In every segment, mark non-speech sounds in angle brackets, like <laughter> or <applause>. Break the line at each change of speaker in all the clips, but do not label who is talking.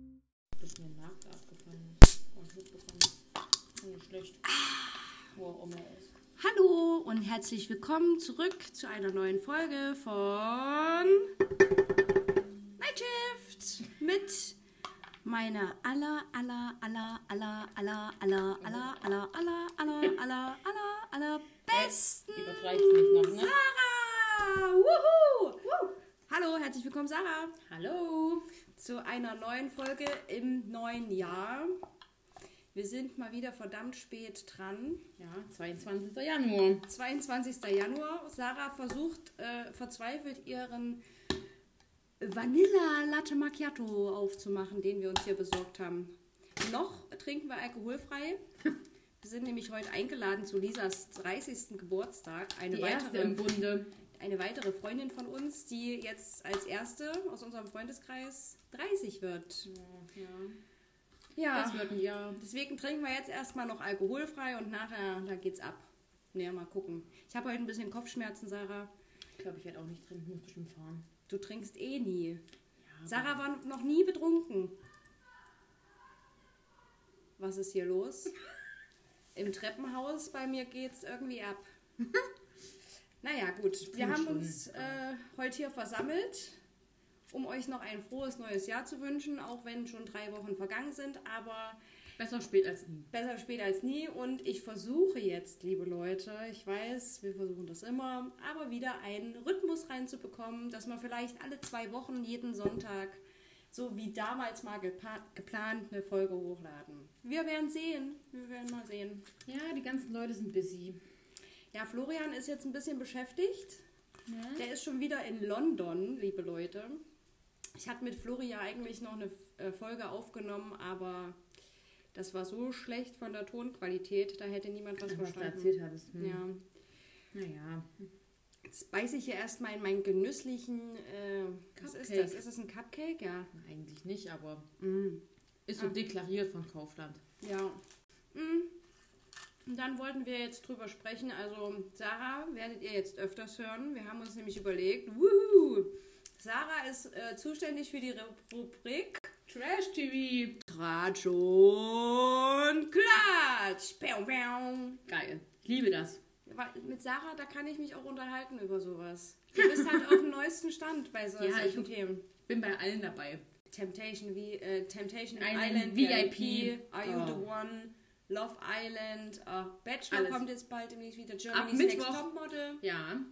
Ah.
herzlich willkommen zurück zu einer neuen Folge von Night Shift mit meiner aller aller aller aller aller aller aller aller aller aller aller aller aller besten
Übertreib's Äh, nicht noch, ne?
Sarah! Wuhu! Hallo, herzlich willkommen Sarah
Hallo.
zu einer neuen Folge im neuen Jahr. Wir sind mal wieder verdammt spät dran.
Ja, 22. Januar.
22. Januar. Sarah versucht äh, verzweifelt ihren Vanilla Latte Macchiato aufzumachen, den wir uns hier besorgt haben. Noch trinken wir alkoholfrei. Wir sind nämlich heute eingeladen zu Lisas 30. Geburtstag. Eine,
Die erste
weitere,
im Bunde.
eine weitere Freundin von uns, die jetzt als erste aus unserem Freundeskreis 30 wird. Ja.
Das wird ein Jahr.
Deswegen trinken wir jetzt erstmal noch alkoholfrei und nachher, da geht's ab. Naja, mal gucken. Ich habe heute ein bisschen Kopfschmerzen, Sarah.
Ich glaube, ich werde auch nicht trinken, muss bestimmt fahren.
Du trinkst eh nie.
Ja,
Sarah war noch nie betrunken. Was ist
<laughs>
hier los? Im Treppenhaus bei mir geht's
<laughs>
irgendwie ab. Naja, gut. Wir
Trinkt
haben
schon.
uns äh, heute hier versammelt, um euch noch ein frohes neues Jahr zu wünschen, auch wenn schon drei Wochen vergangen sind. Aber
Besser spät als nie.
Besser spät als nie und ich versuche jetzt, liebe Leute, ich weiß, wir versuchen das immer, aber wieder einen Rhythmus reinzubekommen, dass man vielleicht alle zwei Wochen jeden Sonntag, so wie damals mal gepa- geplant, eine Folge hochladen. Wir werden sehen, wir werden mal sehen.
Ja, die ganzen Leute sind busy.
Ja, Florian ist jetzt ein bisschen beschäftigt.
Ja.
Der ist schon wieder in London, liebe Leute. Ich hatte mit Flori ja eigentlich noch eine äh, Folge aufgenommen, aber das war so schlecht von der Tonqualität, da hätte niemand was
Was du
verstanden.
erzählt hattest. Hm.
Ja.
Naja.
Jetzt beiße ich hier erstmal in meinen genüsslichen. Äh, was ist
Cupcake.
das? Ist das ein Cupcake? Ja.
Eigentlich nicht, aber
Mm.
ist so
Ah.
deklariert von Kaufland.
Ja. Mm. Und dann wollten wir jetzt drüber sprechen. Also, Sarah werdet ihr jetzt öfters hören. Wir haben uns nämlich überlegt, wuhu, Sarah ist äh, zuständig für die Re- Rubrik
Trash TV.
Tratsch und Klatsch. Piau, piau.
Geil. Ich liebe das.
Wa- Mit Sarah, da kann ich mich auch unterhalten über sowas. Du bist halt auf
<laughs>
dem neuesten Stand bei so
Ja,
solchen
ich-
Themen.
Bin bei allen dabei.
Temptation, wie, äh, Temptation
Island,
Island, VIP,
VIP.
Are You
Oh.
the One, Love Island, äh, Bachelor
Alles.
kommt jetzt bald demnächst wieder, Germany's Next
Mittwoch.
Topmodel.
Ja.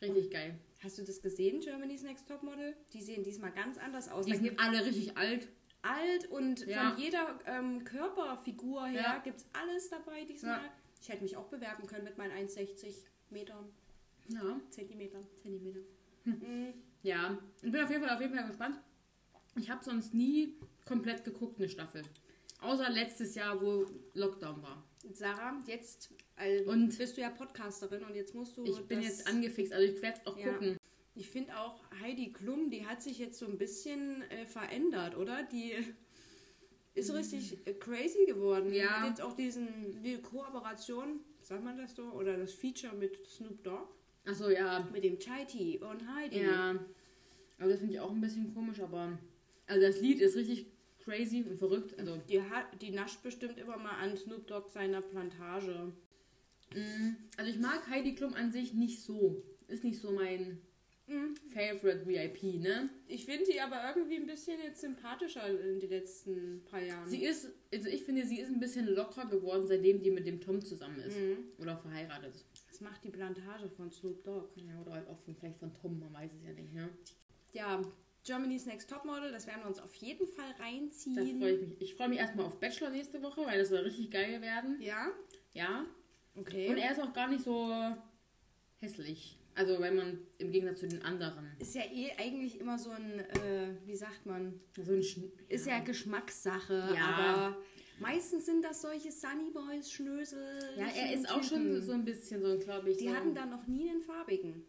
Richtig geil.
Hast du das gesehen, Germany's Next Topmodel? Die sehen diesmal ganz anders aus.
Die
Da
sind
gibt
alle richtig alt.
alt und
Ja.
von jeder ähm, Körperfigur her
Ja.
gibt's alles dabei diesmal.
Ja.
Ich hätte mich auch bewerben können mit meinen 1,60 Metern,
Ja.
Zentimetern.
Zentimeter. Ja, ich bin auf jeden Fall, auf jeden Fall gespannt. Ich habe sonst nie komplett geguckt eine Staffel. Außer letztes Jahr, wo Lockdown war.
Sarah, jetzt äh,
Und-
bist du ja Podcasterin und jetzt musst du
Ich bin
Oh, das-
jetzt angefixt, also ich werde auch
Ja.
gucken.
Ich finde auch Heidi Klum, die hat sich jetzt so ein bisschen äh, verändert, oder? Die ist richtig äh, crazy geworden.
Mhm. Ja.
Hat jetzt auch diesen, die Kooperation, sagt man das so, oder das Feature mit Snoop Dogg,
Achso, ja.
mit dem Chai Tea und Heidi.
Ja. Aber das finde ich auch ein bisschen komisch, aber. Also das Lied ist richtig crazy und verrückt. Also,
Die, hat, die nascht bestimmt immer mal an Snoop Dogg seiner Plantage. Mhm.
mh, also ich mag Heidi Klum an sich nicht so. Ist nicht so mein
Mhm.
Favorite VIP, ne?
Ich finde sie aber irgendwie ein bisschen jetzt sympathischer in den letzten paar Jahren.
Sie ist, also ich finde, sie ist ein bisschen lockerer geworden, seitdem die mit dem Tom zusammen ist.
Mhm.
Oder verheiratet.
Das macht die Plantage von Snoop Dogg.
Ja, oder halt auch von, vielleicht von Tom, man weiß es ja nicht, ne?
Ja, Germany's Next Topmodel, das werden wir uns auf jeden Fall
Da
reinziehen.
freue ich mich. Ich freue mich erstmal auf Bachelor nächste Woche, weil das soll richtig geil werden.
Ja,
Ja.
okay.
Und er ist auch gar nicht so hässlich. Also, wenn man im Gegensatz zu den anderen.
ist ja eh eigentlich immer so ein, äh, wie sagt man,
So ein Schn
ist ja Geschmackssache,
Ja.
aber meistens sind das solche Sunny Boys Schnösel.
Ja, er ist auch schon so ein bisschen so, glaube ich.
Die
so,
hatten da noch nie einen farbigen.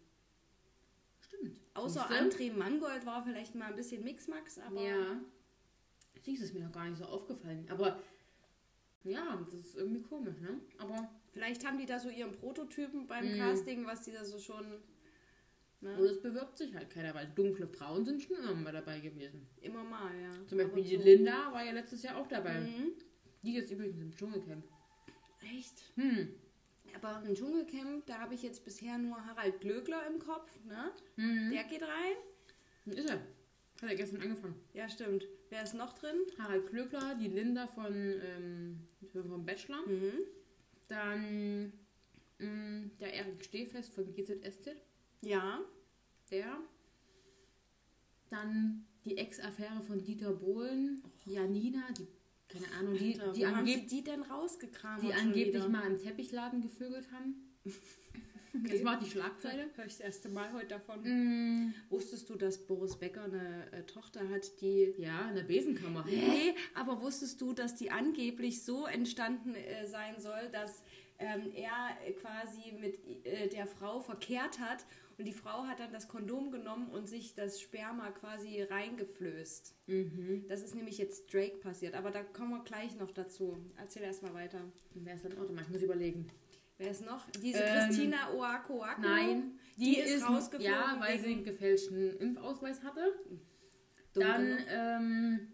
Stimmt.
Außer
Siehste?
André Mangold war vielleicht mal ein bisschen Mixmax, aber
Ja. Siehst du, ist mir noch gar nicht so aufgefallen. Aber. Ja, das ist irgendwie komisch, ne? Aber.
vielleicht haben die da so ihren Prototypen beim
Mhm.
Casting, was die da so schon
Nur
ne,
das bewirbt sich halt keiner, weil dunkle Frauen sind schon immer mal dabei gewesen.
immer mal, ja.
Zum Beispiel
Ab und
die
zu.
Linda war ja letztes Jahr auch dabei.
Mhm.
Die ist übrigens im Dschungelcamp.
Echt?
Hm.
Ja, aber ein Dschungelcamp, da habe ich jetzt bisher nur Harald Glöckler im Kopf, ne?
Mhm.
Der geht rein.
Ist er. Hat er gestern angefangen.
Ja, stimmt. Wer ist noch drin?
Harald Klöckler, die Linda von, ähm, vom Bachelor.
Mhm.
Dann mh, der Erik Stehfest von GZSZ.
Ja.
Der. Dann die Ex-Affäre von Dieter Bohlen. Janina, die, keine Ahnung, die,
Alter,
die,
wo haben
angeb
sie die denn rausgekramt?
die
schon
angeblich
wieder?
mal im Teppichladen gevögelt
<laughs>
haben. Jetzt macht die Schlagzeile.
Hör ich das erste Mal heute davon.
Mm,
Wusstest du, dass Boris Becker eine äh, Tochter hat, die.
Ja, in der Besenkammer.
Nee, aber wusstest du, dass die angeblich so entstanden äh, sein soll, dass ähm, er äh, quasi mit äh, der Frau verkehrt hat und die Frau hat dann das Kondom genommen und sich das Sperma quasi reingeflößt?
Mhm.
Das ist nämlich jetzt Drake passiert, aber da kommen wir gleich noch dazu. Erzähl erstmal weiter.
Und Wer ist dann auch immer? Ich muss überlegen.
Wer ist noch? Diese
Ähm,
Christina Oakoaku?
Nein,
Die ist rausgeflogen
Ja, weil sie
wegen-
einen gefälschten Impfausweis hatte.
Dumm
Dann
genug.
ähm,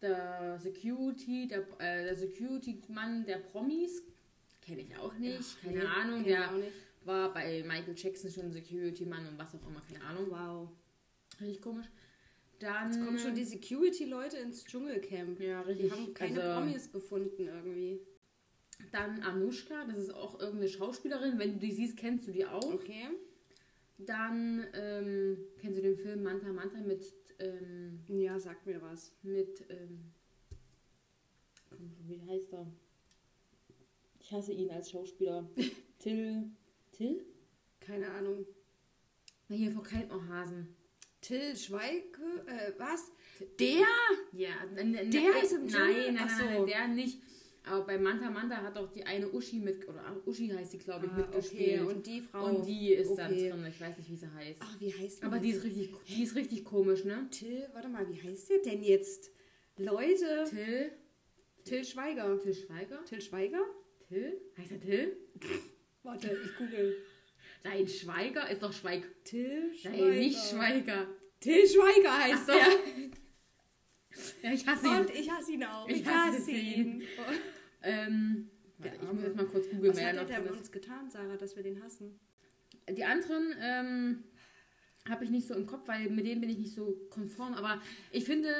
der Security, der, äh, der Security-Mann der Promis. Kenne ich auch nicht.
Ach,
keine
nee,
Ahnung.
kenn ich auch
Der
nicht.
war bei Michael Jackson schon Security-Mann und was auch immer. Keine Ahnung.
Oh, Wow.
Richtig komisch. Dann
Kommen schon die Security-Leute ins Dschungelcamp.
Ja, richtig.
Die haben keine
Also-
Promis gefunden irgendwie.
Dann Anushka, das ist auch irgendeine Schauspielerin. Wenn du die siehst, kennst du die auch.
Okay.
Dann ähm, kennst du den Film Manta Manta mit, ähm,
Ja, sag mir was.
mit ähm, komm schon, wie heißt er? Ich hasse ihn als <laughs> Schauspieler. Till. Till?
Keine Ahnung.
Na, hier vor oh, Kaltmoorhasen.
Till Schweige, äh, was? Der?
Ja, n- n-
Der
nein,
ist im Dschungel?
Nein, nein, nein,
Ach so.
nein, der nicht. Aber bei Manta Manta hat doch die eine Uschi mit, oder Uschi heißt die, glaube ich,
Ah, okay,
mitgespielt.
und die Frau.
Und die ist dann
Okay.
drin. Ich weiß nicht, wie sie heißt.
Ach, wie heißt
Aber
denn
die
jetzt?
ist richtig, die ist richtig komisch, ne?
Till, warte mal, wie heißt der denn jetzt? Leute.
Till.
Till Schweiger.
Till Schweiger?
Till Schweiger?
Till? Heißt er Till?
Warte, ich google.
Nein, Schweiger ist doch Schweig.
Till
Nein,
Schweiger.
nicht Schweiger.
Till Schweiger heißt
Ach so.
der.
<laughs> Ja, ich hasse
Und
ihn.
ich hasse ihn auch.
Ich hasse <laughs> ihn. Ähm,
Der
warte, ich
Arme.
muss jetzt mal kurz googeln,
Was
wer
hat
noch
er denn
drin
uns getan, Sarah, dass wir den hassen?
ist. Die anderen ähm, habe ich nicht so im Kopf, weil mit denen bin ich nicht so konform. Aber ich finde,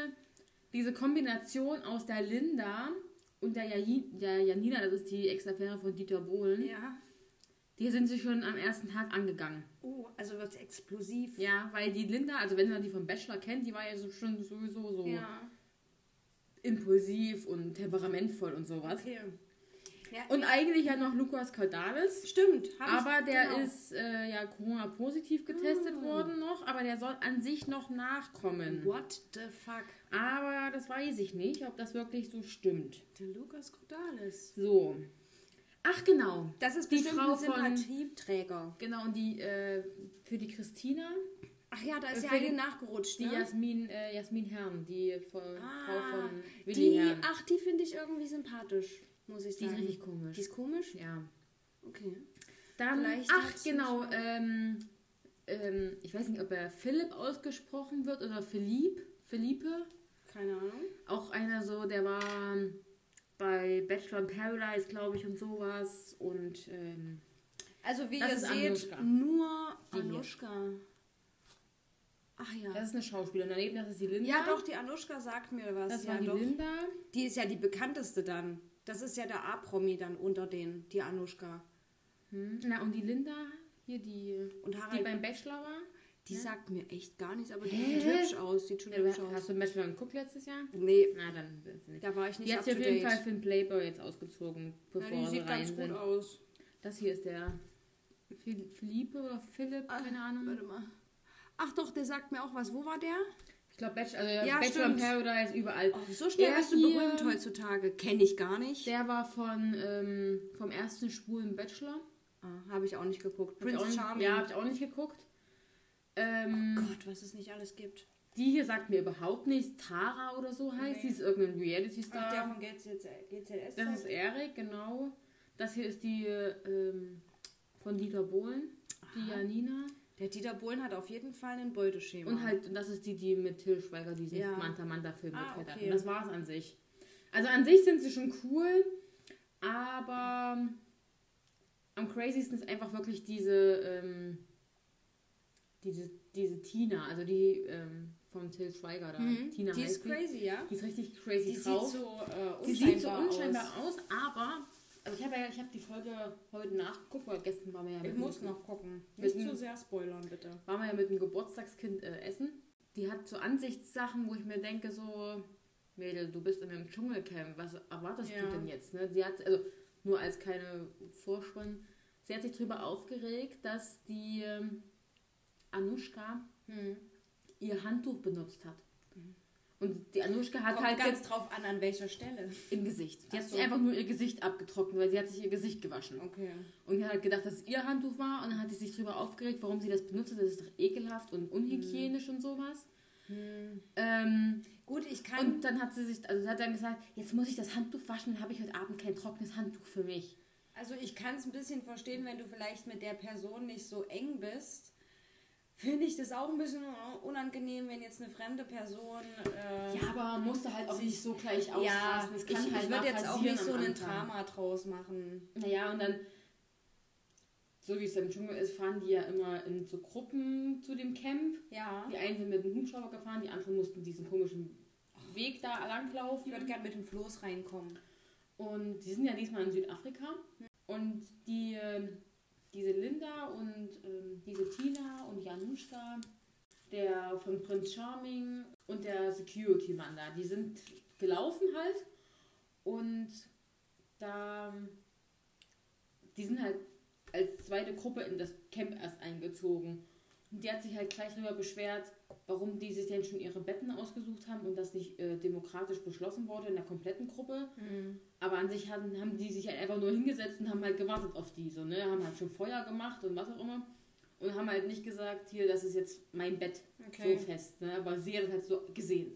diese Kombination aus der Linda und der, Jai- der Janina, das ist die Ex-Affäre von Dieter Bohlen,
Ja.
die sind sie schon am ersten Tag angegangen.
Oh, also wird's explosiv.
Ja, weil die Linda, also wenn man die vom Bachelor kennt, die war ja so, schon sowieso so
Ja,
impulsiv und temperamentvoll und sowas.
okay. Ja,
Und eigentlich ja noch Lukas Cordalis.
stimmt. hab ich-
Aber der
genau.
ist äh, ja Corona-positiv getestet
Ah.
worden noch, aber der soll an sich noch nachkommen.
What the fuck?
Aber das weiß ich nicht, ob das wirklich so stimmt.
Der Lukas Cordalis.
So. Ach genau.
Das ist
Die
bestimmt
Frau
ein
von-
Sympathieträger.
Genau, und die äh, für die Christina,
Ach ja, da ist
Äh,
ja
für
eine
die-
nachgerutscht,
die
ne?
Jasmin, äh, Jasmin Herrn, die von, Frau
ah,
von Willi
die,
Herrn.
ach, die finde ich irgendwie sympathisch, muss ich
Die ist
sagen.
richtig komisch.
Die ist komisch?
ja.
Okay.
Dann,
Vielleicht
ach
hat's
genau,
nicht-
ähm, ähm, ich weiß nicht, ob er Philipp ausgesprochen wird oder Philipp, Philippe.
Keine Ahnung.
Auch einer so, der war ähm, bei Bachelor in Paradise, glaube ich, und sowas. Und ähm,
Also wie
Das
ihr
ist
seht,
Anuschka.
nur
Die hier.
Anuschka. Ach ja.
das ist eine Schauspielerin. Daneben, das ist die Linda.
ja, doch, die Anuschka sagt mir was.
Das
ja,
war die
doch.
Linda.
Die ist ja die bekannteste dann. Das ist ja der A-Promi dann unter denen, die Anuschka.
Hm. Na, und die Linda, hier die,
Und
die
Harald, die,
beim Bachelor war.
sagt mir echt gar nichts, aber die
Hä?
sieht hübsch aus. Sieht schon hübsch aus.
Hast du Bachelor geguckt letztes Jahr?
Nee,
Na, dann sind sie nicht.
da war ich
Die
nicht
hat
up
sich
to
auf jeden
date.
Fall für den Playboy jetzt ausgezogen,
Ja,
bevor
die
sie
sieht
rein
ganz
sind.
gut aus.
Das hier ist der Phil- Philippe oder Philipp,
Ah,
keine Ahnung.
Warte mal. Ach doch, der sagt mir auch was. Wo war der?
Ich glaube, Bachelor, also
Ja,
Bachelor in
stimmt.
Paradise überall.
Oh, so schnell
Der
bist du
hier-
berühmt heutzutage. Kenne ich gar nicht.
Der war von, ähm, vom ersten schwulen Bachelor.
Ah, Habe ich auch nicht geguckt.
Hab ich auch
Prince
nicht-
Charming. Oh
Ja, hab ich auch nicht geguckt. Ähm,
Gott, was es nicht alles gibt.
die hier sagt mir überhaupt nichts. Tara oder so heißt.
Nee.
Sie ist irgendein Reality-Star.
von GZS. GZS
Ah. das ist Erik, genau. Das hier ist die ähm, von Dieter Bohlen. Die Janina.
der Dieter Bohlen hat auf jeden Fall ein Beuteschema.
Und halt, und das ist die, die mit Till Schweiger diesen
Genau. Ja.
Manta Manta Film
Ah,
gedreht hat.
okay.
Und das war's an sich. Also an sich sind sie schon cool, Aber am crazysten ist einfach wirklich diese, ähm, diese, diese Tina, also die ähm, vom Till Schweiger da.
Mhm.
Tina
die
heißt
ist crazy, ja?
Die ist richtig crazy
Die sieht
drauf.
so, äh,
Sie sieht so
unscheinbar aus.
unscheinbar aus, aber also ich habe ja, ich habe die Folge heute nachgeguckt, weil gestern waren wir ja
Ich
mit,
muss
einem-
noch gucken.
Mit
Nicht
einem-
zu sehr spoilern, bitte.
waren wir ja mit einem Geburtstagskind äh, essen. Die hat so Ansichtssachen, wo ich mir denke so, Mädel, du bist in einem Dschungelcamp, was erwartest
Ja.
du denn jetzt? Ne? Sie hat, also nur als keine Vorspann, sie hat sich darüber aufgeregt, dass die ähm, Anushka
Hm.
ihr Handtuch benutzt hat. Und die Anushka hat
Kommt
halt
ganz
jetzt
drauf an, an welcher Stelle.
im Gesicht. Die
Ach
hat sich
so.
einfach nur ihr Gesicht abgetrocknet, weil sie hat sich ihr Gesicht gewaschen.
Okay.
Und er hat gedacht, dass es ihr Handtuch war und dann hat sie sich darüber aufgeregt, warum sie das benutzt hat. Das ist doch ekelhaft und unhygienisch
Hm.
und sowas. Ähm,
Gut, ich kann.
und dann hat sie sich, also sie hat dann gesagt, jetzt muss ich das Handtuch waschen, dann habe ich heute Abend kein trockenes Handtuch für mich.
Also ich kann es ein bisschen verstehen, wenn du vielleicht mit der Person nicht so eng bist. Finde ich das auch ein bisschen unangenehm, wenn jetzt eine fremde Person. Äh,
Ja, aber man musste halt auch nicht so gleich ausrasten.
ja,
das kann
ich,
halt
ich würde
mal
jetzt auch
passieren
nicht so
am
einen
Anfang.
Drama draus machen.
Naja, und dann, so wie es im Dschungel ist, fahren die ja immer in so Gruppen zu dem Camp.
Ja.
Die einen sind mit dem Hubschrauber gefahren, die anderen mussten diesen komischen Weg da langlaufen.
Ich würde gerne mit dem Floß reinkommen.
Und die sind ja diesmal in Südafrika. Und die, ähm, diese Linda und ähm, diese Tina und Januszka, der von Prinz Charming und der Security-Mann da, die sind gelaufen halt. Und da, die sind halt als zweite Gruppe in das Camp erst eingezogen. Und die hat sich halt gleich darüber beschwert, warum die sich denn schon ihre Betten ausgesucht haben und das nicht äh, demokratisch beschlossen wurde in der kompletten Gruppe.
Hm.
Aber an sich hatten, haben die sich halt einfach nur hingesetzt und haben halt gewartet auf die. So, ne? Haben halt schon Feuer gemacht und was auch immer. Und haben halt nicht gesagt, hier, das ist jetzt mein Bett
Okay.
so fest. Ne? Aber sie hat das halt so gesehen.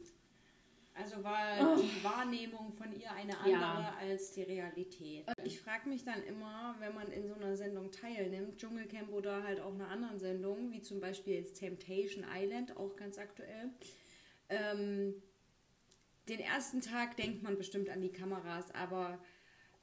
Also war die Wahrnehmung von ihr eine andere
Oh. Ja. Äh.
als die Realität. Ich frage mich dann immer, wenn man in so einer Sendung teilnimmt, Dschungelcamp oder halt auch einer anderen Sendung, wie zum Beispiel jetzt Temptation Island, auch ganz aktuell. Ähm, den ersten Tag denkt man bestimmt an die Kameras, aber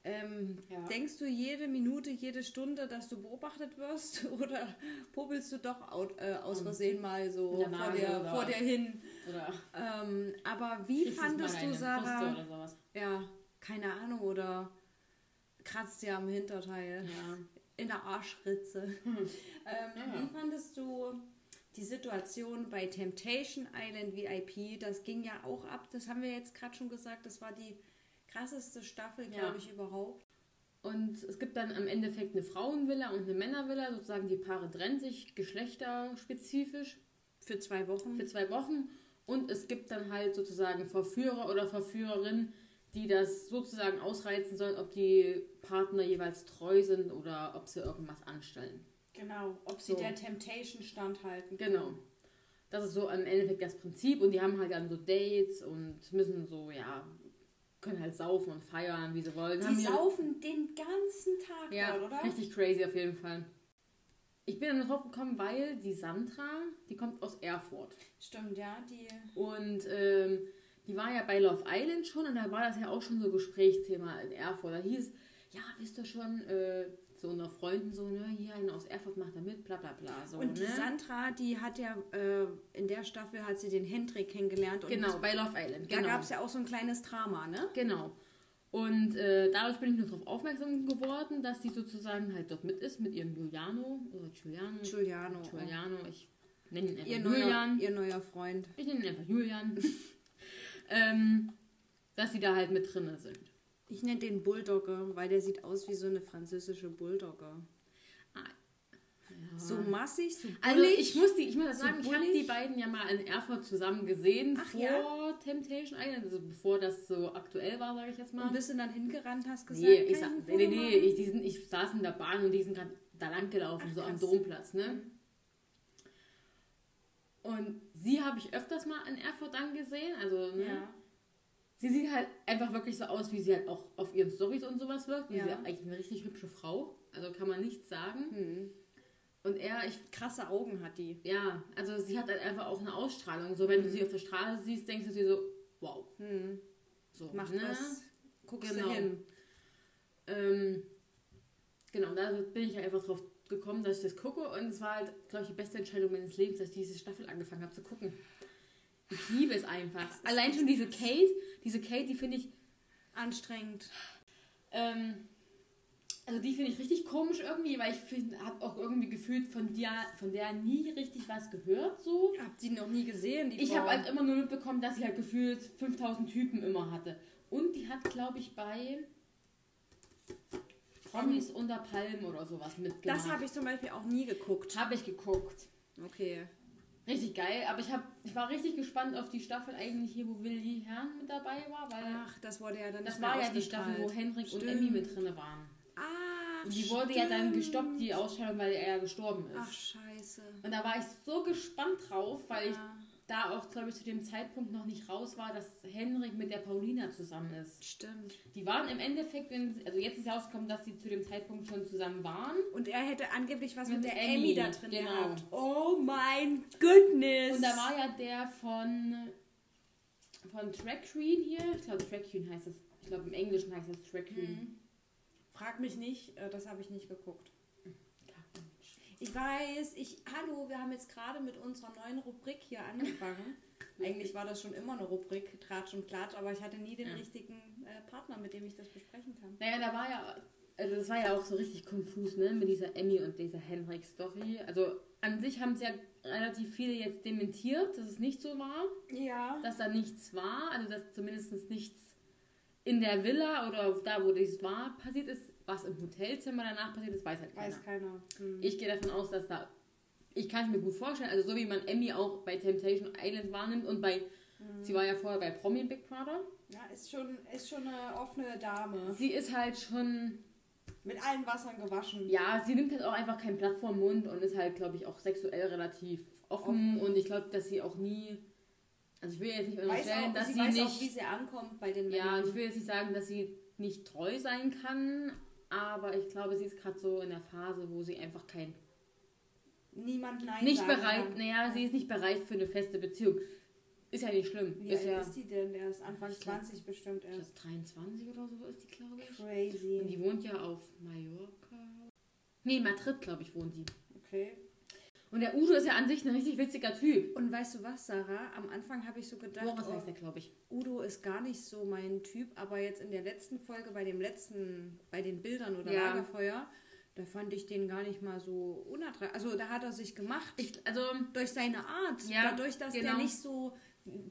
ähm,
Ja.
denkst du jede Minute, jede Stunde, dass du beobachtet wirst <laughs> oder popelst du doch out, äh, aus Versehen mal so
In der
vor
Nase
dir,
oder-
vor dir hin?
Oder
Ähm, aber wie
kriegst
fandest
mal
du
eine Kruste
Sarah?
Oder sowas.
Ja, keine Ahnung, oder kratzt ja am Hinterteil,
Ja.
in der Arschritze.
<laughs>
ähm, Wie fandest du die Situation bei Temptation Island VIP? Das ging ja auch ab, das haben wir jetzt gerade schon gesagt, das war die krasseste Staffel,
Ja.
glaube ich, überhaupt.
Und es gibt dann am Endeffekt eine Frauenvilla und eine Männervilla. Sozusagen die Paare trennen sich geschlechterspezifisch.
Für zwei Wochen.
für zwei Wochen und es gibt dann halt sozusagen Verführer oder Verführerin, die das sozusagen ausreizen sollen, ob die Partner jeweils treu sind oder ob sie irgendwas anstellen.
genau, ob sie
So.
der Temptation standhalten.
Genau. Das ist so im Endeffekt das Prinzip und die haben halt dann so Dates und müssen so, ja, können halt saufen und feiern, wie sie wollen.
Die
Haben ihre-
saufen den ganzen Tag
Ja,
dort, oder?
richtig crazy auf jeden Fall. Ich bin dann drauf gekommen, weil die Sandra, die kommt aus Erfurt.
Stimmt, ja, die
Und ähm, die war ja bei Love Island schon und da war das ja auch schon so Gesprächsthema in Erfurt. Da hieß, ja, wisst ihr schon, äh, so unter Freunden so, ne, hier einer aus Erfurt macht da mit, bla bla bla. So,
Und die
ne?
Sandra, die hat ja äh, in der Staffel hat sie den Hendrik kennengelernt. Und
Genau, bei Love Island.
Da
Genau.
gab es ja auch so ein kleines Drama, ne?
Genau. Und äh, dadurch bin ich nur darauf aufmerksam geworden, dass die sozusagen halt dort mit ist, mit ihrem Giuliano. Oder Giuliano.
Giuliano.
Giuliano, ich nenne ihn einfach
Ihr neuer,
Julian.
ihr neuer Freund.
Ich nenne ihn einfach Julian. <laughs> ähm, dass die da halt mit drin sind.
Ich nenne den Bulldogge, weil der sieht aus wie so eine französische Bulldogge. So massig, so
Ah, Also
bullig.
ich muss die, ich muss das
So
sagen, ich habe
bullig.
die beiden ja mal in Erfurt zusammen gesehen
Ach
vor
ja?
Temptation Island, also bevor das so aktuell war, sage ich jetzt mal.
und halt bist du dann hingerannt, hast gesagt,
nee, ich, sa-
kann ich
nee, nee,
ein Foto
nee, ich, die sind, ich saß in der Bahn und die sind gerade da lang gelaufen,
Ach,
so am
krass.
Domplatz, ne? Und sie habe ich öfters mal in Erfurt dann gesehen, also
machen?
ne? sie sieht halt einfach wirklich so aus, wie sie halt auch auf ihren Stories und sowas wirkt. Und
Ja.
Sie ist eigentlich eine richtig hübsche Frau, also kann man nichts sagen.
Ja. Hm.
Und er, ich
Krasse Augen hat die.
Ja, also sie hat halt einfach auch eine Ausstrahlung. So, wenn du sie auf der Straße siehst, denkst du dir so, wow.
Mhm. Hm.
So,
Macht
ne?
was. Guckst
Genau.
du hin.
Ähm, genau, da bin ich einfach drauf gekommen, dass ich das gucke und es war halt, glaube ich, die beste Entscheidung meines Lebens, dass ich diese Staffel angefangen habe zu gucken. Ich liebe es einfach. Allein schon diese Kate, diese Kate, die finde ich,
Anstrengend.
ähm, also die finde ich richtig komisch irgendwie, weil ich habe auch irgendwie gefühlt von dir, von der nie richtig was gehört so.
Hab die noch nie gesehen, die
Ich
Frau.
habe halt immer nur mitbekommen, dass sie halt gefühlt 5000 Typen immer hatte. Und die hat, glaube ich, bei Promis unter Palmen oder sowas mitgemacht.
das habe ich zum Beispiel auch nie geguckt.
Hab ich geguckt.
Okay.
Richtig geil, aber ich, hab, ich war richtig gespannt auf die Staffel eigentlich hier, wo Willi Herrn mit dabei war, weil
Ach, das wurde ja dann
Äh, das
nicht mehr
war ja die Staffel,
ausgestrahlt.
wo Henrik und
Stimmt.
Emmy mit drin waren.
Ah,
Und die wurde ja dann
stimmt.
gestoppt, die Ausscheidung, weil er ja gestorben ist.
Ach, scheiße.
Und da war ich so gespannt drauf, weil ich
Ja,
da auch, glaube ich, zu dem Zeitpunkt noch nicht raus war, dass Henrik mit der Paulina zusammen ist.
stimmt.
Die waren im Endeffekt, wenn, also jetzt ist rausgekommen, dass sie zu dem Zeitpunkt schon zusammen waren.
Und er hätte angeblich was mit,
Mit
der
Emmy,
Emmy da drin
genau.
gehabt. Oh mein goodness.
Und da war ja der von, von Track Queen hier. Ich glaube, Track Queen heißt es. Ich glaube, im Englischen heißt es Track Queen.
Mhm. Frag mich nicht, äh, das habe ich nicht geguckt.
Ja.
Ich weiß, ich. Hallo, wir haben jetzt gerade mit unserer neuen Rubrik hier
<laughs>
angefangen. Eigentlich war das schon immer eine Rubrik, Tratsch und Klatsch, aber ich hatte nie den
Ja.
richtigen äh, Partner, mit dem ich das besprechen kann.
Naja, da war ja, also das war ja auch so richtig konfus, ne, mit dieser Emmy und dieser Henrik-Story. Also an sich haben es ja relativ viele jetzt dementiert, dass es nicht so war,
Ja.
dass da nichts war, also dass zumindest nichts in der Villa oder da, wo dies war, passiert ist. Was im Hotelzimmer danach passiert ist, weiß halt keiner.
Weiß keiner. Hm.
Ich gehe davon aus, dass da, ich kann es mir gut vorstellen, also so wie man Emmy auch bei Temptation Island wahrnimmt und bei,
Mhm.
sie war ja vorher bei Promi Big Brother,
Ja, ist schon, ist schon eine offene Dame.
sie ist halt schon
Mit allen Wassern gewaschen.
Ja, sie nimmt halt auch einfach keinen Blatt vor den Mund und ist halt, glaube ich, auch sexuell relativ offen. Und ich glaube, dass sie auch nie. Also ich will jetzt nicht
Weiß
unterstellen,
auch,
dass
sie
sie,
weiß auch, wie
nicht.
sie ankommt bei
ja,
den
und ich
Männern.
will jetzt nicht sagen, dass sie nicht treu sein kann, aber ich glaube, sie ist gerade so in der Phase, wo sie einfach kein.
Niemand nein
nicht
sagen
bereit,
kann.
naja, sie ist nicht bereit für eine feste Beziehung. Ist ja nicht schlimm.
Wie
ist
alt
ja.
ist die denn? Der ist Anfang
Ich glaub-
20 bestimmt
ich
erst.
glaub, 23 oder so ist die, glaube ich. Und
Crazy.
die wohnt ja auf Mallorca. Nee, Madrid, glaube ich, wohnt die.
Okay.
Und der Udo ist ja an sich ein richtig witziger Typ.
Und weißt du was, Sarah? Am Anfang habe ich so gedacht,
Boris
oh,
heißt der, glaube ich.
Udo ist gar nicht so mein Typ, aber jetzt in der letzten Folge bei dem letzten, bei den Bildern oder
Ja.
Lagerfeuer, da fand ich den gar nicht mal so unattraktiv. Also da hat er sich gemacht.
ich also,
durch seine Art,
Ja,
dadurch, dass der
genau.
nicht so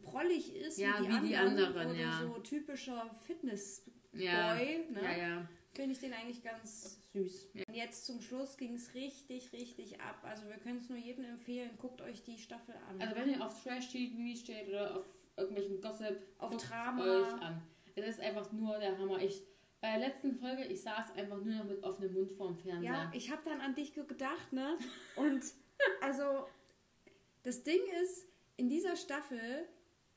prollig ist
Ja,
wie, die,
wie die
anderen,
anderen,
oder
ja.
so typischer Fitness,
ja.
Boy, ne?
Ja, ja.
finde ich den eigentlich ganz süß. Und jetzt zum Schluss ging es richtig, richtig ab. Also wir können es nur jedem empfehlen, guckt euch die Staffel an.
Also, wenn ihr auf Trash TV steht oder auf irgendwelchen Gossip,
Auf
guckt's
Drama.
euch an. Es ist einfach nur der Hammer. Ich, bei der letzten Folge, ich saß einfach nur noch mit offenem Mund vorm Fernseher.
ja, ich habe dann an dich ge- gedacht, ne?
<laughs>
Und also das Ding ist, in dieser Staffel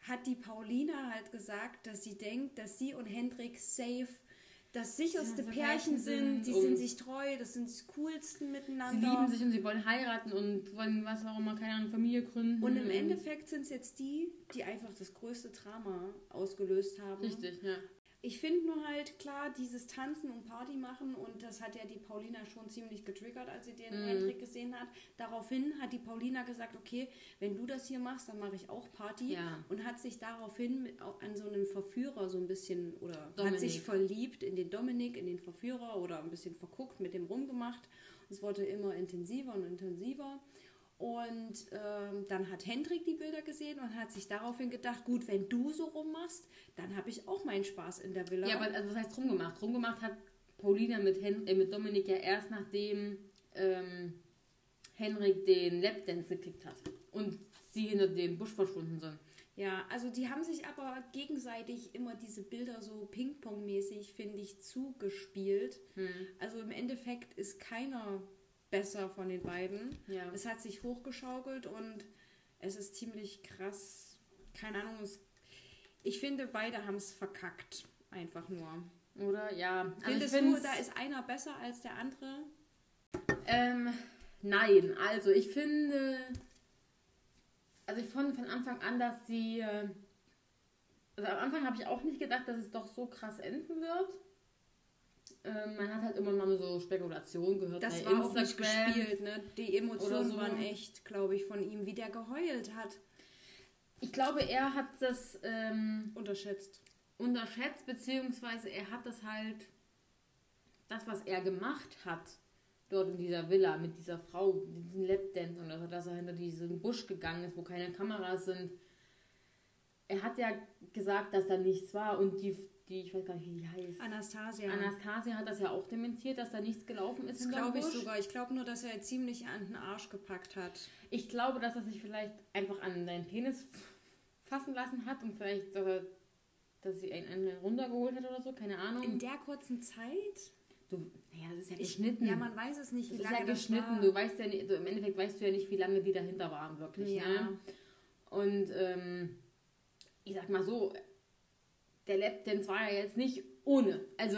hat die Paulina halt gesagt, dass sie denkt, dass sie und Hendrik safe das sicherste
Ja, so
Pärchen
Pärchen
sind,
sind
die
und-
sind sich treu, das sind die coolsten
sie
miteinander.
lieben sich und sie wollen heiraten und wollen, was auch immer, keine Ahnung, Familie gründen.
Und im Endeffekt sind es jetzt die, die einfach das größte Drama ausgelöst haben.
Richtig, ja.
Ich finde nur halt klar, dieses Tanzen und Party machen, und das hat ja die Paulina schon ziemlich getriggert, als sie den
Mhm.
Hendrik gesehen hat. Daraufhin hat die Paulina gesagt, okay, wenn du das hier machst, dann mache ich auch Party.
Ja.
Und hat sich daraufhin mit, au- an so einen Verführer so ein bisschen, oder hat
Dominik.
sich verliebt in den Dominik, in den Verführer oder ein bisschen verguckt, mit dem rumgemacht. Es wurde immer intensiver und intensiver. Und ähm, dann hat Hendrik die Bilder gesehen und hat sich daraufhin gedacht, gut, wenn du so rummachst, dann habe ich auch meinen Spaß in der Villa.
Ja, aber also, was heißt rumgemacht? Rumgemacht hat Paulina mit, Hen äh, mit Dominik ja erst nachdem ähm, Henrik den Lapdance gekickt hat und sie hinter dem Busch verschwunden sind.
ja, also die haben sich aber gegenseitig immer diese Bilder so Ping-Pong-mäßig, finde ich, zugespielt.
Hm.
Also im Endeffekt ist keiner besser von den beiden.
Ja.
Es hat sich hochgeschaukelt und es ist ziemlich krass. Keine Ahnung, es, ich finde, beide haben es verkackt. Einfach nur.
Oder? Ja. Also ich
Findest du,
find's-
da ist einer besser als der andere?
ähm, nein, also ich finde, also ich fand von Anfang an, dass sie, äh, also am Anfang habe ich auch nicht gedacht, dass es doch so krass enden wird. äh, man hat halt immer mal so Spekulationen gehört.
Das
bei
war auch nicht
Instagram.
gespielt, ne? Die Emotionen
so.
waren echt, glaube ich, von ihm, wie der geheult hat,
Ich glaube, er hat das ähm,
unterschätzt.
unterschätzt, beziehungsweise er hat das halt, das, was er gemacht hat, dort in dieser Villa mit dieser Frau, mit diesen Lapdance und so, dass er hinter diesen Busch gegangen ist, wo keine Kameras sind. Er hat ja gesagt, dass da nichts war und die, die ich weiß gar nicht, wie die heißt.
Anastasia.
Anastasia hat das ja auch dementiert, dass da nichts gelaufen ist.
das
hinterm
glaube ich
Busch.
sogar. Ich glaube nur, dass er ziemlich an den Arsch gepackt hat.
Ich glaube, dass er sich vielleicht einfach an seinen Penis fassen lassen hat und vielleicht, dass, er, dass sie einen, einen runtergeholt hat oder so, keine
In
Ahnung.
der kurzen Zeit?
Du, naja, das ist ja geschnitten.
Ja, man weiß es nicht, wie
das ist
lange
ja geschnitten. Du weißt ja nicht, du, im Endeffekt weißt du ja nicht, wie lange die dahinter waren,
das war.
wirklich.
Ja.
Ne? Und ähm, ich sag mal so, der Lapdance war ja jetzt nicht ohne. Also,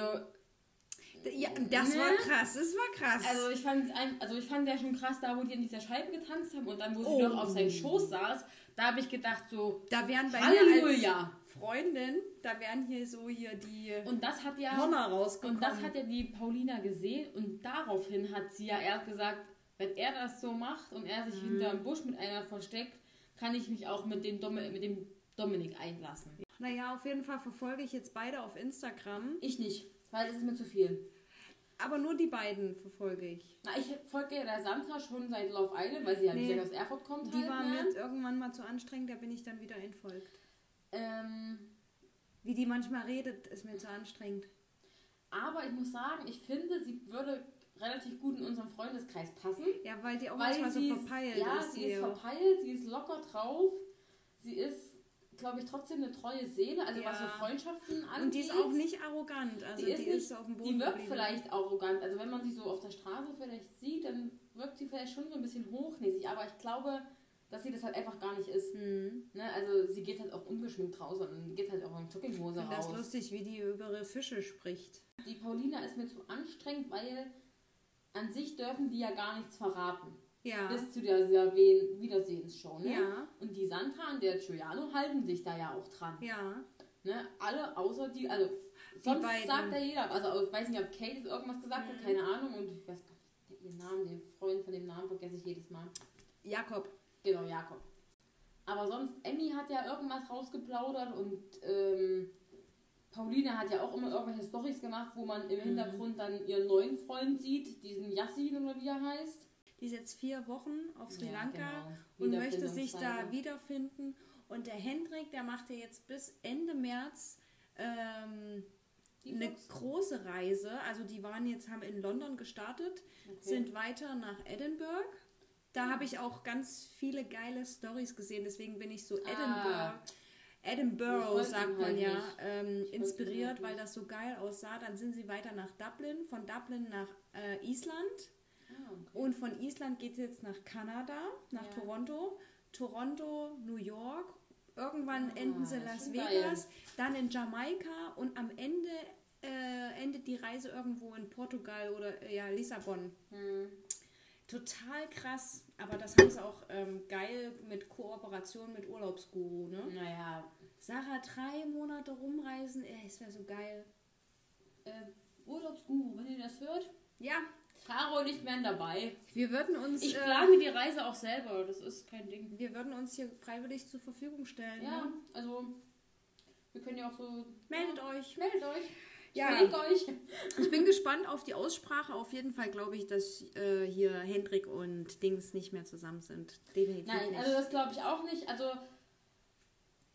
ja, das
Ne?
war krass, das war krass.
also ich fand ein- also ich fand ja schon krass, da wo die in dieser Scheibe getanzt haben und dann, wo sie
Oh.
noch auf seinen Schoß saß, da habe ich gedacht so,
da wären bei mir
Halleluja!
als Freundin, da wären hier so hier die
Und das hat ja
Hörner rausgekommen.
und das hat ja die Paulina gesehen und daraufhin hat sie ja erst gesagt, wenn er das so macht und er sich hinter einem Busch mit einer versteckt, kann ich mich auch mit dem, Domi mit dem Dominik einlassen.
naja, auf jeden Fall verfolge ich jetzt beide auf Instagram.
Ich nicht, weil es ist mir zu viel.
Aber nur die beiden verfolge ich.
Na, ich folge ja der Sandra schon seit Love Island, weil sie ja
Nee,
wie gesagt aus Erfurt kommt.
Die
halt,
war mir
ne?
jetzt irgendwann mal zu anstrengend, da bin ich dann wieder entfolgt.
ähm,
Wie die manchmal redet, ist mir zu anstrengend.
aber ich muss sagen, ich finde, sie würde relativ gut in unseren Freundeskreis passen.
Ja, weil die auch
weil
manchmal
sie
so
ist-
verpeilt
ja,
ist.
sie ist
hier.
verpeilt, sie ist locker drauf. Sie ist, glaube ich, trotzdem eine treue Seele, also was so
Ja.
Freundschaften angeht.
Und die ist auch nicht arrogant. Also
die ist, nicht,
so auf dem Boden.
die wirkt
geblieben.
vielleicht arrogant. Also wenn man sie so auf der Straße vielleicht sieht, dann wirkt sie vielleicht schon so ein bisschen hochnäsig. Aber ich glaube, dass sie das halt einfach gar nicht ist.
Hm.
Ne? Also sie geht halt auch ungeschminkt raus und geht halt auch in Jogginghose
Und das ist
raus.
lustig, wie die über ihre Fische spricht.
Die Paulina ist mir zu anstrengend, weil an sich dürfen die ja gar nichts verraten.
Ja.
Bis zu der dieser Wen- Wiedersehensshow. Ne?
Ja.
Und die Sandra und der Giuliano halten sich da ja auch dran.
Ja.
Ne? Alle außer die, also sonst
beiden.
sagt ja jeder, also ich weiß nicht, ob Kate jetzt irgendwas gesagt hat, keine Ahnung. Und ich weiß gar nicht, ihren Namen, den Freund von dem Namen vergesse ich jedes Mal.
Jakob.
Genau, Jakob. Aber sonst, Emmy hat ja irgendwas rausgeplaudert und ähm, Pauline hat ja auch immer irgendwelche Storys gemacht, wo man
Mhm.
im Hintergrund dann ihren neuen Freund sieht, diesen Yassin oder wie er heißt.
Die ist jetzt vier Wochen auf Sri
Ja,
Lanka
genau.
und möchte sich
Wiederfindungsreise.
da wiederfinden. Und der Hendrik, der macht ja jetzt bis Ende März ähm,
Die
eine
Fuchs.
große Reise. Also die waren jetzt, haben in London gestartet, sind weiter nach Edinburgh.
Hm.
Da habe ich auch ganz viele geile Stories gesehen, deswegen bin ich so
Ah.
Edinburgh, Edinburgh
Ich folg ihm
sagt man
halt
ja,
nicht.
ähm,
folg ihm halt
inspiriert, weil
nicht.
das so geil aussah. Dann sind sie weiter nach Dublin, von Dublin nach äh, Island
Ah, okay.
und von Island geht es jetzt nach Kanada, nach
Ja.
Toronto, Toronto, New York. Irgendwann
Ah,
enden sie
ist
Las
schon
Vegas, dann in Jamaika und am Ende äh, endet die Reise irgendwo in Portugal oder äh, ja, Lissabon.
Hm.
Total krass, aber das haben sie auch ähm, geil mit Kooperation mit Urlaubsguru,
Hm.
ne?
Naja,
Sarah, drei Monate rumreisen, ey, es wäre so geil.
äh, Urlaubsguru, wenn ihr das hört,
Ja,
Caro und ich wären dabei.
wir würden uns,
Ich
äh,
plane die Reise auch selber, das ist kein Ding.
wir würden uns hier freiwillig zur Verfügung stellen.
Ja,
Ne?
also wir können ja auch so.
Meldet euch.
Meldet euch.
Ja.
Ich verlinke euch.
Ich bin gespannt auf die Aussprache. Auf jeden Fall glaube ich, dass äh, hier Hendrik und Dings nicht mehr zusammen sind. Definitiv
Nein,
nicht.
also das glaube ich auch nicht. Also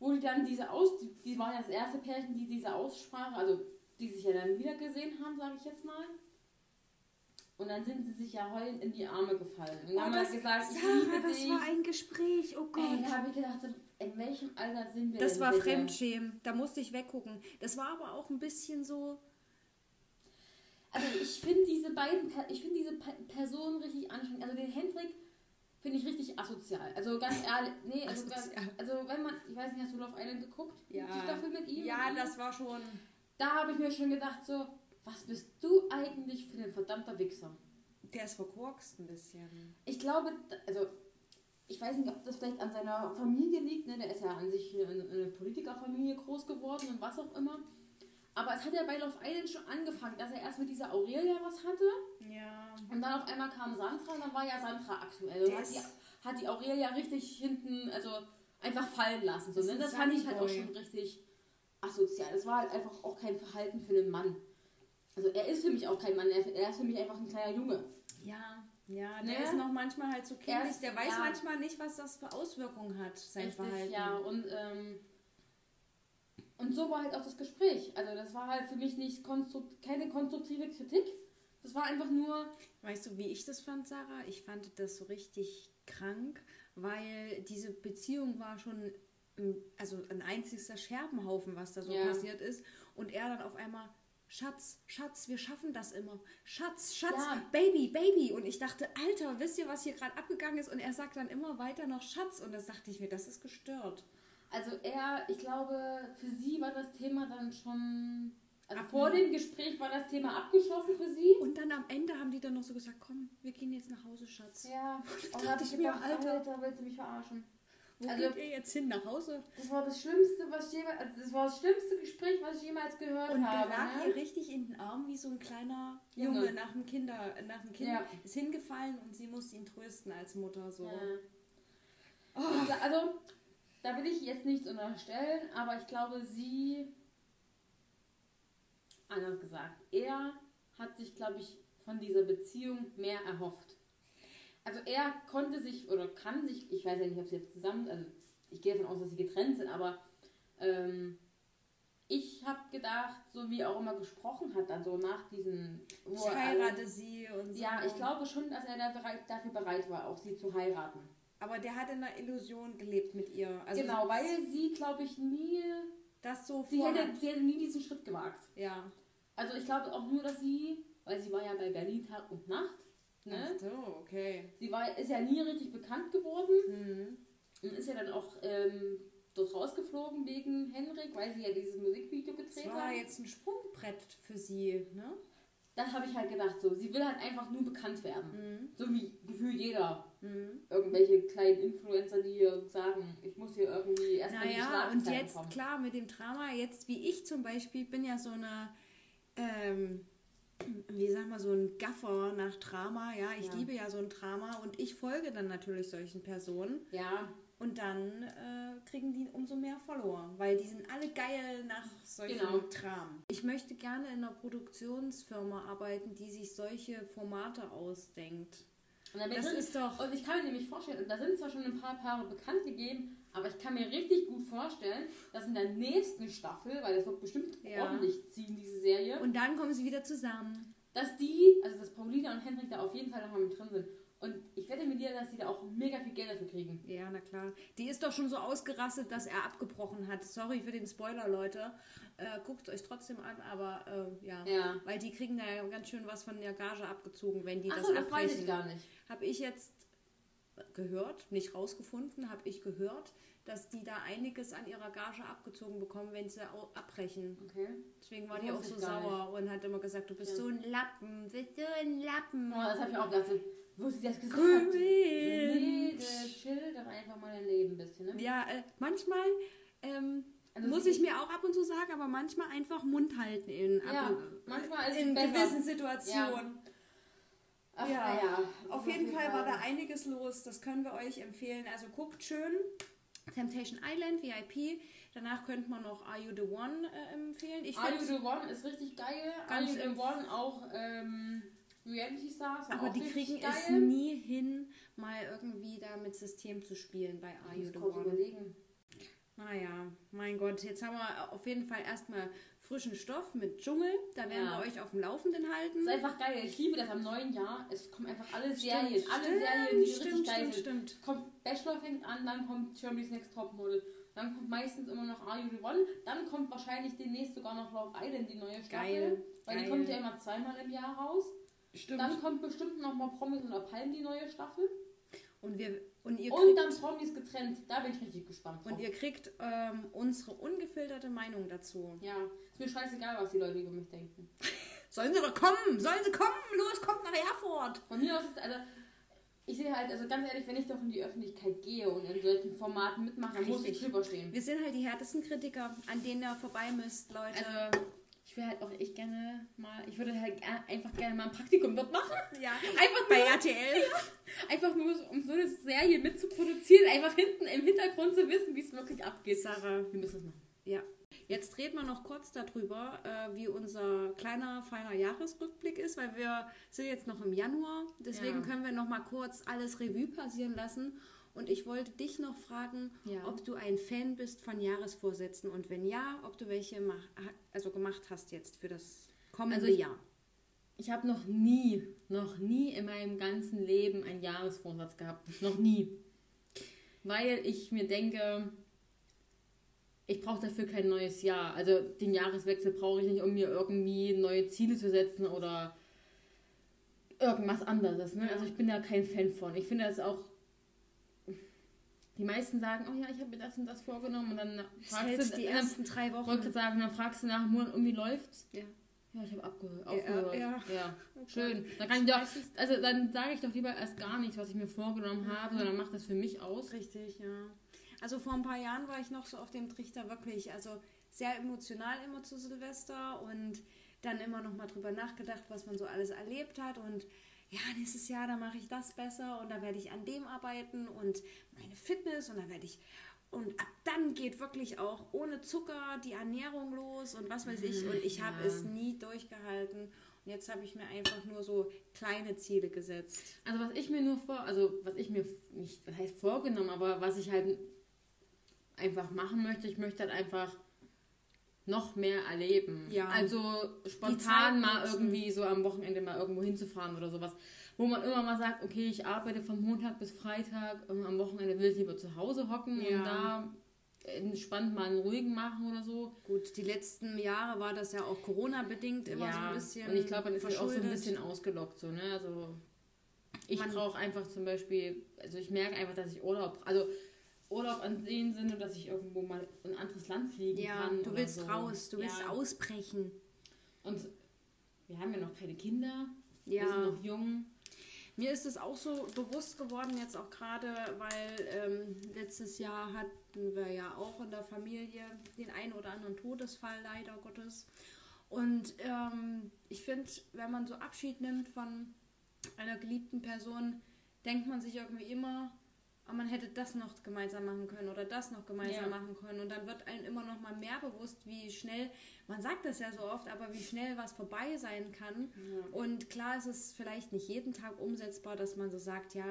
wo die dann diese Aus, die, die waren ja das erste Pärchen, die diese Aussprache, also die sich ja dann wieder gesehen haben, sage ich jetzt mal. Und dann sind sie sich ja heulend in die Arme gefallen. Und
oh,
haben
das,
halt gesagt, ich
Sarah,
liebe
das
dich.
war ein Gespräch. Oh Gott.
Ey, da habe ich gedacht, in welchem Alter sind wir
das
denn
war
bitte?
Fremdschämen. Da musste ich weggucken. Das war aber auch ein bisschen so.
Also ich finde diese beiden, Per- ich finde diese Pe- Personen richtig anstrengend. Also den Hendrik finde ich richtig asozial. Also
<laughs>
ganz ehrlich, nee, also, ganz,
Asozial.
also wenn man, ich weiß nicht, hast du Love Island geguckt? Die Staffel mit ihm?
Ja, das war schon.
Da habe ich mir schon gedacht so, was bist du eigentlich für ein verdammter Wichser?
Der ist verkorkst ein bisschen.
Ich glaube, d- also ich weiß nicht, ob das vielleicht an seiner Familie liegt. Ne? Der ist ja an sich eine, eine Politikerfamilie groß geworden und was auch immer. Aber es hat ja bei Love Island schon angefangen, dass er erst mit dieser Aurelia was hatte
Ja.
und dann auf einmal kam Sandra und dann war ja Sandra aktuell. Und hat
Das-
die, hat die Aurelia richtig hinten, also einfach fallen lassen. So,
Das
ne?
ist
Das
ein
fand ich halt auch
Sunnyboy.
schon richtig asozial. Das war halt einfach auch kein Verhalten für einen Mann. Also er ist für mich auch kein Mann, er er ist für mich einfach ein kleiner Junge.
Ja. Ja, der
Ne?
ist noch manchmal halt so
Er
kindlich,
ist-
der weiß
ja.
manchmal nicht, was das für Auswirkungen hat, sein
Richtig,
Verhalten.
ja. Und, ähm, und so war halt auch das Gespräch. Also das war halt für mich nicht konstrukt keine konstruktive Kritik. Das war einfach nur,
Weißt du, wie ich das fand, Sarah? Ich fand das so richtig krank, weil diese Beziehung war schon ähm, also ein einzigster Scherbenhaufen, was da so
Ja.
passiert ist. Und er dann auf einmal, Schatz, Schatz, wir schaffen das immer. Schatz, Schatz,
Ja.
Baby, Baby. Und ich dachte, Alter, wisst ihr, was hier gerade abgegangen ist? Und er sagt dann immer weiter noch Schatz. Und das dachte ich mir, das ist gestört.
also er, ich glaube, für sie war das Thema dann schon, also
Ab- ne-
vor dem Gespräch war das Thema abgeschlossen für sie.
Und dann am Ende haben die dann noch so gesagt, komm, wir gehen jetzt nach Hause, Schatz.
Ja, und
<laughs> dachte
da hab
ich
ich
mir,
gedacht,
Alter.
Alter, willst du mich verarschen?
Wo
Also-
geht ihr jetzt hin? Nach Hause?
Das war das Schlimmste, was ich jemals, also das war das schlimmste Gespräch, was ich jemals gehört
Und der
habe.
lag
ne?
ihr richtig in den Arm wie so ein kleiner Junge,
Junge.
nach dem Kinder, nach dem Kind
Ja.
ist hingefallen und sie musste ihn trösten als Mutter so. Oh,
Ja. Also, also, da will ich jetzt nichts unterstellen, aber ich glaube, sie. Anders gesagt, er hat sich, glaube ich, von dieser Beziehung mehr erhofft. Also, er konnte sich oder kann sich, ich weiß ja nicht, ob sie jetzt zusammen, also ich gehe davon aus, dass sie getrennt sind, aber ähm, ich habe gedacht, so wie er auch immer gesprochen hat, also nach diesen. wo
Ich
er alle-
heirate sie und so.
Ja, ich glaube schon, dass er da bereit, dafür bereit war, auch sie zu heiraten.
Aber der hat in einer Illusion gelebt mit ihr. Also
genau, weil sie, glaube ich, nie.
das so
Sie
vorhat.
hätte, sie hätte nie diesen Schritt gewagt.
Ja.
Also ich glaube auch nur, dass sie, weil sie war ja bei Berlin Tag und Nacht. Ne?
Ach so, okay.
Sie war, ist ja nie richtig bekannt geworden
Mhm.
und ist ja dann auch ähm, dort rausgeflogen wegen Henrik, weil sie ja dieses Musikvideo
Das
gedreht
war
hat.
jetzt ein Sprungbrett für sie, ne?
Das habe ich halt gedacht so. Sie will halt einfach nur bekannt werden.
Mhm.
So wie gefühlt jeder.
Mhm.
Irgendwelche kleinen Influencer, die hier sagen, ich muss hier irgendwie erstmal Also die
Naja, und
Schlagzeilen
jetzt,
kommen.
klar, mit dem Drama, jetzt wie ich zum Beispiel, bin ja so eine, ähm, wie sag mal, so ein Gaffer nach Drama, ja, ich
Ja.
liebe ja so ein Drama und ich folge dann natürlich solchen Personen
Ja,
und dann äh, kriegen die umso mehr Follower, weil die sind alle geil nach solchen
Genau.
Dramen. Ich möchte gerne in einer Produktionsfirma arbeiten, die sich solche Formate ausdenkt.
Und da bin
Das
ich-
ist doch-
Und ich kann mir nämlich vorstellen, und da sind zwar schon ein paar Paare bekannt gegeben, aber ich kann mir richtig gut vorstellen, dass in der nächsten Staffel, weil das wird bestimmt
Ja.
ordentlich ziehen, diese Serie,
Und dann kommen sie wieder zusammen.
dass die, also dass Paulina und Henrik da auf jeden Fall nochmal mit drin sind. Und ich wette mit dir, dass die da auch mega viel Geld dafür kriegen.
Ja, na klar. Die ist doch schon so ausgerastet, dass er abgebrochen hat. Sorry für den Spoiler, Leute. Äh, Guckt euch trotzdem an, aber äh, ja.
Ja.
Weil die kriegen da ja ganz schön was von der Gage abgezogen, wenn die das
Achso, das weiß ich
abbrechen.
gar nicht.
Habe ich jetzt gehört, nicht rausgefunden, habe ich gehört, dass die da einiges an ihrer Gage abgezogen bekommen, wenn sie au- abbrechen.
Okay.
Deswegen war
Das
die auch
wusste
so
ich gar
sauer und hat immer gesagt, du bist
Ja.
so ein Lappen, bist so ein Lappen.
Oh, das habe ich auch gedacht. so, Wo sie das gesagt hat. Nee,
Cringe.
äh, chill doch einfach mal dein Leben ein bisschen, ne?
Ja, äh, manchmal ähm,
Also
muss
sie-
ich mir auch ab und zu sagen, aber manchmal einfach Mund halten in, ab
Ja,
und-
manchmal ist es
in
besser.
gewissen Situationen.
Ach,
Ja.
na ja.
Auf jeden Fall war da einiges los, das können wir euch empfehlen. Also guckt schön Temptation Island, VIP. Danach könnte man noch Are You the One äh, empfehlen. Ich
Are You
find's-
The One ist richtig geil. Are
Ganz
You The
im-
One auch ähm, Reality Stars. sind
aber
auch
die
richtig
kriegen
geil.
es nie hin, mal irgendwie da mit System zu spielen bei
Ich
Are You
Ah, muss
the
kurz
One.
überlegen.
Naja, Ah mein Gott, jetzt haben wir auf jeden Fall erstmal frischen Stoff mit Dschungel. Da werden
Ja.
wir euch auf dem Laufenden halten.
Ist einfach geil. Ich liebe das am neuen Jahr. Es kommen einfach alle
Stimmt,
Serien. Alle
stimmt,
Serien, die
stimmt,
richtig geil
stimmt,
sind.
stimmt.
Kommt Bachelor fängt an, dann kommt Germany's Next Top Model. Dann kommt meistens immer noch Are You The One. Dann kommt wahrscheinlich demnächst sogar noch Love Island, die neue Staffel.
Geil,
Weil
geil.
die kommt ja immer zweimal im Jahr raus. Dann kommt bestimmt noch mal Promis oder Palm, die neue Staffel.
Und, wir, und, ihr,
Und Oh.
kriegt,
dann Promis getrennt. Da bin ich richtig gespannt drauf.
und ihr kriegt ähm, unsere ungefilterte Meinung dazu.
Ja, ist mir scheißegal, was die Leute über mich denken.
Sollen sie doch kommen! Sollen sie kommen! Los, kommt nach Erfurt!
Von mir aus ist, also, ich sehe halt, also ganz ehrlich, wenn ich doch in die Öffentlichkeit gehe und in solchen Formaten mitmache, dann muss ich
Richtig.
drüber stehen.
Wir sind halt die härtesten Kritiker, an denen ihr vorbei müsst, Leute.
Also, ich Ich wäre halt auch echt gerne mal, ich würde halt ger- einfach gerne mal ein Praktikum dort machen. <laughs>
Ja,
Einfach
bei
nur,
RTL.
einfach nur, so- um so eine Serie mitzuproduzieren, einfach hinten im Hintergrund zu wissen, wie es wirklich abgeht.
Sarah.
Wir müssen es machen.
Ja. Jetzt reden wir noch kurz darüber, äh, wie unser kleiner, feiner Jahresrückblick ist, weil wir sind jetzt noch im Januar. Deswegen
Ja.
können wir noch mal kurz alles Revue passieren lassen. Und ich wollte dich noch fragen,
Ja.
ob du ein Fan bist von Jahresvorsätzen und wenn ja, ob du welche mach, also gemacht hast jetzt für das kommende
Also ich-
Jahr.
Ich habe noch nie, noch nie in meinem ganzen Leben einen Jahresvorsatz gehabt. Noch nie. Weil ich mir denke, ich brauche dafür kein neues Jahr. Also den Jahreswechsel brauche ich nicht, um mir irgendwie neue Ziele zu setzen oder irgendwas anderes. Ne?
Ja.
Also ich bin da kein Fan von. Ich finde das auch. Die meisten sagen, oh ja, ich habe mir das und das vorgenommen und dann
Das
fragst
hältst
du,
die
dann,
ersten drei
ähm, wollte
Wochen.
ich sagen, dann fragst du nach einem Monat, und wie läuft's?
Ja.
Ja, ich habe abgehört.
Ja, Oh
aufgehört.
ja.
ja. Schön. Dann kann ich doch, also dann sage ich doch lieber erst gar nichts, was ich mir vorgenommen habe, sondern mach das für mich aus.
Richtig, ja. Also vor ein paar Jahren war ich noch so auf dem Trichter wirklich, also sehr emotional immer zu Silvester und dann immer noch mal drüber nachgedacht, was man so alles erlebt hat und ja, nächstes Jahr, da mache ich das besser und da werde ich an dem arbeiten und meine Fitness und da werde ich und ab dann geht wirklich auch ohne Zucker die Ernährung los und was weiß ich und ich habe
ja.
es nie durchgehalten und jetzt habe ich mir einfach nur so kleine Ziele gesetzt.
Also was ich mir nur vor, also was ich mir nicht, das heißt vorgenommen, aber was ich halt einfach machen möchte, ich möchte halt einfach noch mehr erleben.
Ja.
Also
Die Zeit
spontan mal
nutzen.
irgendwie so am Wochenende mal irgendwo hinzufahren oder sowas. Wo man immer mal sagt, okay, ich arbeite von Montag bis Freitag, und am Wochenende will ich lieber zu Hause hocken und
Ja.
da entspannt mal einen ruhigen machen oder so.
Gut, die letzten Jahre war das ja auch Corona-bedingt immer so ein bisschen.
Und ich glaube, man ist halt auch so ein
verschuldet.
bisschen ausgelockt, so, ne? Also ich
Man-
brauche einfach zum Beispiel, also ich merke einfach, dass ich Urlaub, also Urlaub an den Sinne, dass ich irgendwo mal in ein anderes Land fliegen
Ja,
kann.
du
oder
willst
so.
raus, du willst
ja.
ausbrechen.
Und wir haben ja noch keine Kinder, wir sind
Ja,
noch jung.
mir ist es auch so bewusst geworden jetzt auch gerade, weil ähm, letztes Jahr hatten wir ja auch in der Familie den einen oder anderen Todesfall, leider Gottes. Und ähm, ich finde, wenn man so Abschied nimmt von einer geliebten Person, denkt man sich irgendwie immer, oh, man hätte das noch gemeinsam machen können oder das noch
Ja.
gemeinsam machen können. Und dann wird einem immer noch mal mehr bewusst, wie schnell, man sagt das ja so oft, aber wie schnell was vorbei sein kann. Und klar ist es vielleicht nicht jeden Tag umsetzbar, dass man so sagt, ja,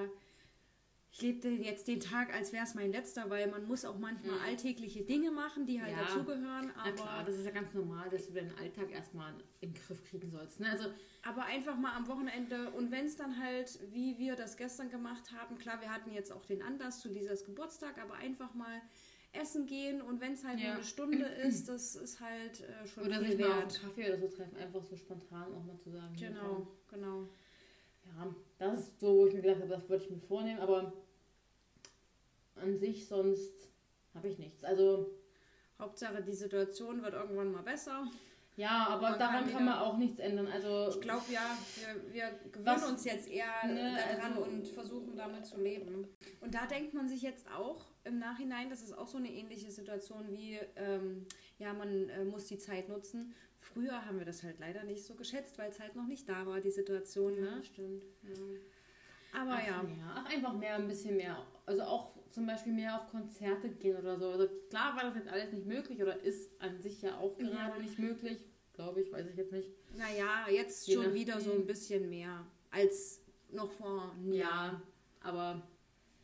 ich lebe den- jetzt den Tag, als wäre es mein letzter, weil man muss auch manchmal alltägliche Dinge machen, die halt
Mhm. Ja.
dazugehören.
Na klar,
Aber
das ist ja ganz normal, dass du deinen Alltag erstmal in den Griff kriegen sollst. Ne? Also
Aber einfach mal am Wochenende und wenn es dann halt, wie wir das gestern gemacht haben, klar, wir hatten jetzt auch den Anlass zu Lisas Geburtstag, aber einfach mal essen gehen und wenn es halt
Ja.
nur eine Stunde ist, das ist halt äh, schon
oder
viel
sich mal auf einen
wert.
Kaffee oder so treffen, einfach so spontan auch mal zusammen. hier komm,
Genau, genau.
Ja, das ist so, wo ich mir gedacht habe, das würde ich mir vornehmen, aber an sich sonst habe ich nichts. Also,
Hauptsache, die Situation wird irgendwann mal besser.
ja, aber
Man
daran
kann
kann man auch nichts ändern. Also,
Ich glaube ja, wir, wir gewöhnen
Was-
uns jetzt eher
Ne,
daran
also-
und versuchen damit zu leben. Und da denkt man sich jetzt auch im Nachhinein, das ist auch so eine ähnliche Situation wie, ähm, ja, man äh, muss die Zeit nutzen. Früher haben wir das halt leider nicht so geschätzt, weil es halt noch nicht da war, die Situation. Ne?
stimmt. Ja.
Aber
Ach,
ja,
mehr. Ach, einfach mehr, ein bisschen mehr. Also auch zum Beispiel mehr auf Konzerte gehen oder so. Also klar war das jetzt alles nicht möglich oder ist an sich ja auch gerade
Ja.
nicht möglich. Glaube ich, weiß ich jetzt nicht.
naja, jetzt
Je
schon wieder so ein
nachdem.
bisschen mehr als noch vor einem Jahr.
Ja, aber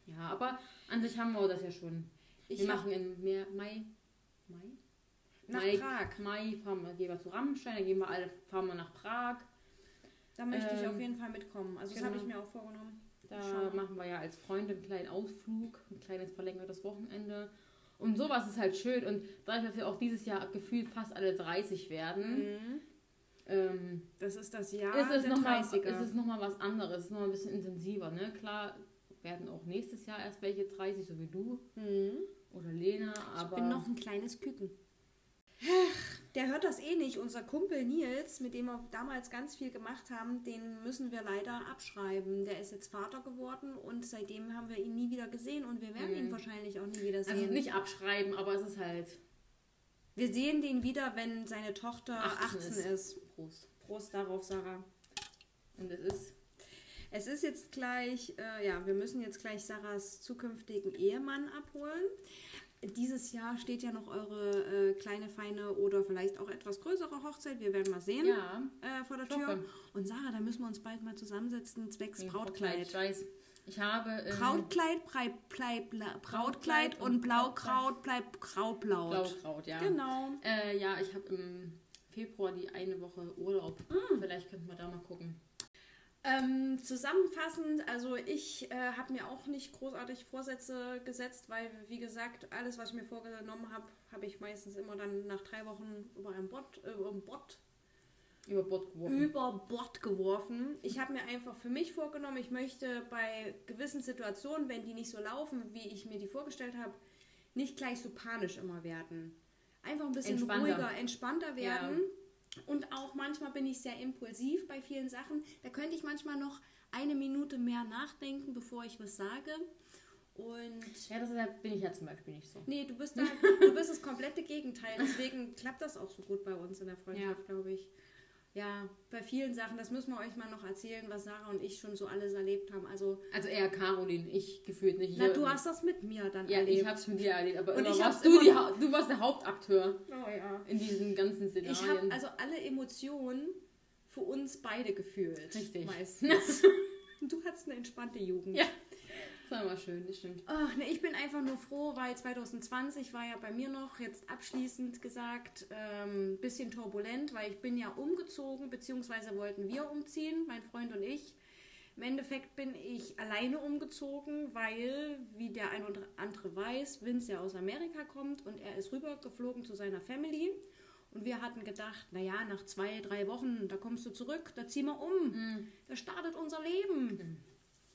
ja, aber an sich haben wir das ja schon.
Ich
wir
hab-
machen im Meer- Mai. Mai?
Nach
Mai,
Prag.
Mai fahren wir, gehen wir zu Rammstein, dann gehen wir alle, fahren wir nach Prag.
Da möchte ich
Ähm,
auf jeden Fall mitkommen. Also das
genau.
habe ich mir auch vorgenommen.
Da
Schau.
machen wir ja als Freunde einen kleinen Ausflug, ein kleines verlängertes Wochenende. Und sowas ist halt schön. Und dadurch, dass wir auch dieses Jahr gefühlt fast alle 30 werden, ähm,
Das ist das Jahr
ist, es
Mhm. der
noch mal, ist
30er.
es nochmal was anderes, ist nochmal ein bisschen intensiver. Ne? Klar werden auch nächstes Jahr erst welche 30, so wie du
Mhm.
oder Lena. Aber
Ich bin noch ein kleines Küken. Ach, der hört das eh nicht. Unser Kumpel Nils, mit dem wir damals ganz viel gemacht haben, den müssen wir leider abschreiben. Der ist jetzt Vater geworden und seitdem haben wir ihn Hm. Also nie wieder gesehen und wir werden ihn wahrscheinlich auch nie wieder sehen.
also nicht abschreiben, aber es ist halt
Wir sehen den wieder, wenn seine Tochter 18,
18
ist.
Prost.
Prost darauf, Sarah.
Und es ist.
Es ist jetzt gleich, äh, ja, wir müssen jetzt gleich Sarahs zukünftigen Ehemann abholen. Dieses Jahr steht ja noch eure äh, kleine, feine oder vielleicht auch etwas größere Hochzeit. Wir werden mal sehen
Ja.
äh, vor der
Ich hoffe.
Tür. Und Sarah, da müssen wir uns bald mal zusammensetzen, zwecks
wegen Ich
Brautkleid.
weiß. Ich habe. Ähm,
Brautkleid, Brei, Blei, Bla, Brautkleid und
und
Blaukraut bleibt graublaut.
Blaukraut, ja.
Genau.
Äh, ja, ich habe im Februar die eine Woche Urlaub.
Ah.
Vielleicht könnten wir da mal gucken.
Ähm, zusammenfassend, also ich äh, habe mir auch nicht großartig Vorsätze gesetzt, weil, wie gesagt, alles, was ich mir vorgenommen habe, habe ich meistens immer dann nach drei Wochen über ein Bord, äh, über ein Bord,
Über Bord geworfen.
über Bord geworfen. Ich habe mir einfach für mich vorgenommen, ich möchte bei gewissen Situationen, wenn die nicht so laufen, wie ich mir die vorgestellt habe, nicht gleich so panisch immer werden. Einfach ein bisschen
Entspannter.
ruhiger, entspannter werden. Und auch manchmal bin ich sehr impulsiv bei vielen Sachen. Da könnte ich manchmal noch eine Minute mehr nachdenken, bevor ich was sage. Und
Ja, deshalb bin ich ja zum Beispiel nicht so.
nee, du
<laughs>
bist da, du bist das komplette Gegenteil. Deswegen klappt das auch so gut bei uns in der Freundschaft, glaube ich. Ja, bei vielen Sachen, das müssen wir euch mal noch erzählen, was Sarah und ich schon so alles erlebt haben. Also,
Also eher Caroline, ich gefühlt nicht.
na,
Ich-
du hast das mit mir dann
Ja,
erlebt.
ich hab's mit dir erlebt, aber
Und
immer
ich hab's
warst du,
immer-
die, Hau- du warst der Hauptakteur
oh, ja.
in diesen ganzen
Ich habe
Szenarien.
also alle Emotionen für uns beide gefühlt.
Richtig. <laughs>
Meistens. du hattest eine entspannte Jugend.
Ja. das war immer schön, das stimmt.
Ach, ne, ich bin einfach nur froh, weil 2020 war ja bei mir noch, jetzt abschließend gesagt, ein ähm, bisschen turbulent, weil ich bin ja umgezogen, beziehungsweise wollten wir umziehen, mein Freund und ich. Im Endeffekt bin ich alleine umgezogen, weil, wie der ein oder andere weiß, Vince ja aus Amerika kommt und er ist rübergeflogen zu seiner Family. Und wir hatten gedacht, naja, nach zwei, drei Wochen, da kommst du zurück, da ziehen wir um. Da startet unser Leben.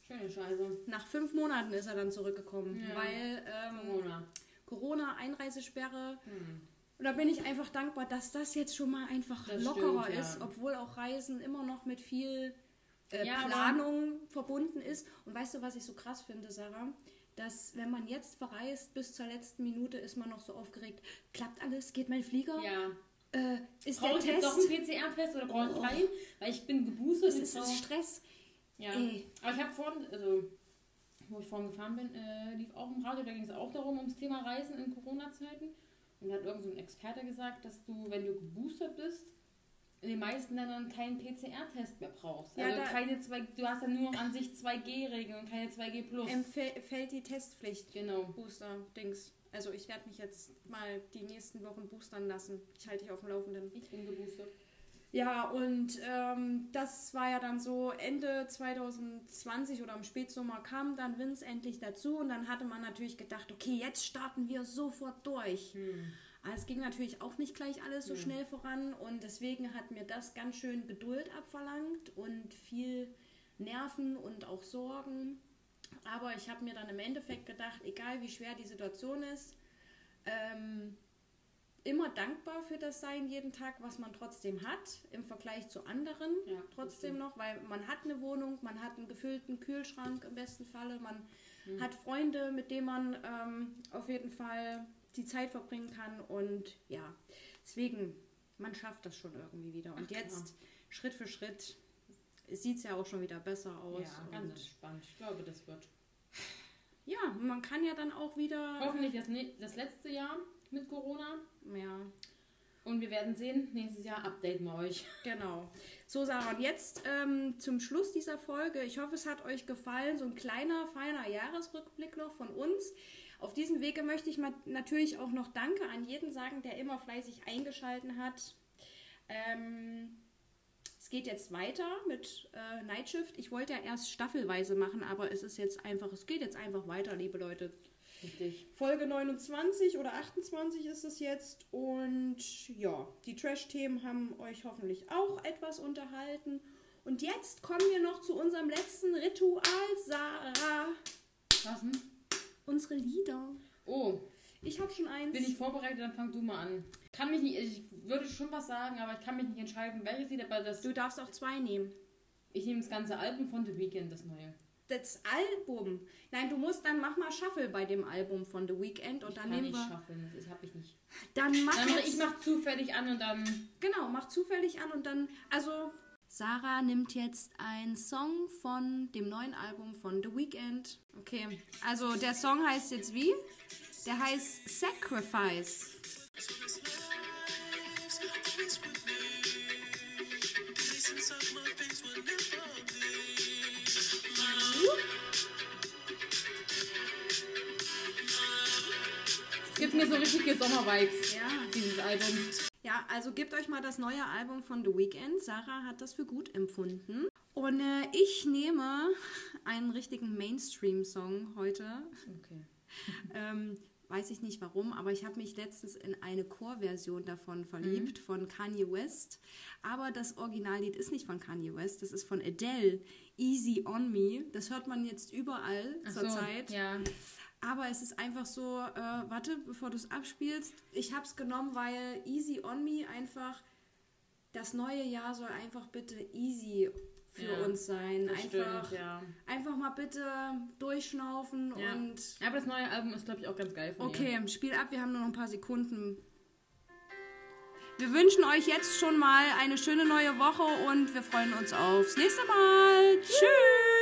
Schöne Scheiße.
Nach fünf Monaten ist er dann zurückgekommen,
Ja.
weil ähm,
Corona.
Corona, Einreisesperre. Und da bin ich einfach dankbar, dass das jetzt schon mal einfach
Hm. Das
lockerer
stimmt, ja.
ist, obwohl auch Reisen immer noch mit viel äh,
Ja, aber-
Planung verbunden ist. Und weißt du, was ich so krass finde, Sarah? Dass, wenn man jetzt verreist, bis zur letzten Minute ist man noch so aufgeregt. Klappt alles? Geht mein Flieger?
Ja.
Äh, ist
Brauche
der
ich jetzt doch einen
Test?
PCR-Test oder brauche ich drei? Weil ich bin geboostert.
Es
ich
ist
brauch-
Stress.
Ja.
Ey.
Aber ich habe vorhin, also wo ich vorhin gefahren bin, äh, lief auch im Radio, da ging es auch darum, ums Thema Reisen in Corona-Zeiten. Und da hat irgend so ein Experte gesagt, dass du, wenn du geboostert bist, in den meisten Ländern keinen PCR-Test mehr brauchst.
Ja,
also
da-
keine zwei, du hast dann nur noch an sich 2G-Regeln und keine 2G+. Plus.
Empfällt die Testpflicht.
Genau.
Booster-Dings. Also ich werde mich jetzt mal die nächsten Wochen boostern lassen. Ich halte dich auf dem Laufenden.
Ich bin geboostert.
Ja, und ähm, das war ja dann so Ende 2020 oder im Spätsommer kam dann Vince endlich dazu und dann hatte man natürlich gedacht, okay, jetzt starten wir sofort durch. Aber es ging natürlich auch nicht gleich alles so schnell voran und deswegen hat mir das ganz schön Geduld abverlangt und viel Nerven und auch Sorgen. Aber ich habe mir dann im Endeffekt gedacht, egal wie schwer die Situation ist, ähm, immer dankbar für das sein jeden Tag, was man trotzdem hat im Vergleich zu anderen.
Ja, das
trotzdem noch, weil man hat eine Wohnung, man hat einen gefüllten Kühlschrank im besten Falle, man
Mhm.
hat Freunde, mit denen man ähm, auf jeden Fall die Zeit verbringen kann und ja, deswegen, man schafft das schon irgendwie wieder. Und
Ach, klar.
jetzt Schritt für Schritt sieht es ja auch schon wieder besser aus.
Ja, ganz
und
entspannt. Ich glaube, das wird.
ja, man kann ja dann auch wieder.
Hoffentlich das, ne das letzte Jahr mit Corona.
Ja,
Und wir werden sehen, nächstes Jahr updaten wir euch.
genau. So, Sarah, und jetzt ähm, zum Schluss dieser Folge. Ich hoffe, es hat euch gefallen. So ein kleiner, feiner Jahresrückblick noch von uns. Auf diesem Wege möchte ich mal natürlich auch noch Danke an jeden sagen, der immer fleißig eingeschalten hat. Ähm, es geht jetzt weiter mit äh, Nightshift. Ich wollte ja erst staffelweise machen, aber es ist jetzt einfach, es geht jetzt einfach weiter, liebe Leute.
Richtig.
Folge 29 oder 28 ist es jetzt. Und ja, die Trash-Themen haben euch hoffentlich auch etwas unterhalten. Und jetzt kommen wir noch zu unserem letzten Ritual, Sarah.
Was denn?
Unsere Lieder.
Oh,
Ich habe schon eins.
Bin ich vorbereitet, dann fang du mal an. Kann mich nicht, ich würde schon was sagen, aber ich kann mich nicht entscheiden, welches Lied, aber das.
du darfst auch zwei nehmen.
Ich nehme das ganze Album von The Weeknd, das neue.
das Album. Nein, du musst dann mach mal Shuffle bei dem Album von The Weeknd und
Ich
dann
kann
nehmen
nicht
wir.
schaffen, das ist- hab ich nicht.
Dann mach
Dann mach,
jetzt-
ich mach zufällig an und dann.
Genau, mach zufällig an und dann. Also Sarah nimmt jetzt einen Song von dem neuen Album von The Weeknd. Okay, also der Song heißt jetzt wie? Der heißt Sacrifice.
Es gibt mir so richtige Sommervibes,
Ja.
dieses Album.
Ja, also gebt euch mal das neue Album von The Weeknd. Sarah hat das für gut empfunden. Und äh, ich nehme einen richtigen Mainstream-Song heute.
Okay.
Ähm, weiß ich nicht warum, aber ich habe mich letztens in eine Chorversion davon verliebt
Mhm.
von Kanye West. Aber das Originallied ist nicht von Kanye West, das ist von Adele, Easy on Me. Das hört man jetzt überall
Zur so,
zurzeit.
Ja.
Aber es ist einfach so, äh, warte, bevor du es abspielst. Ich habe es genommen, weil Easy on Me einfach, das neue Jahr soll einfach bitte easy für
Ja,
uns sein.
das
Einfach,
stimmt, ja.
einfach mal bitte durchschnaufen
ja.
und.
Aber das neue Album ist, glaube ich, auch ganz geil von
Okay, Spiel ab, wir haben nur noch ein paar Sekunden. Wir wünschen euch jetzt schon mal eine schöne neue Woche und wir freuen uns aufs nächste Mal. Tschüss!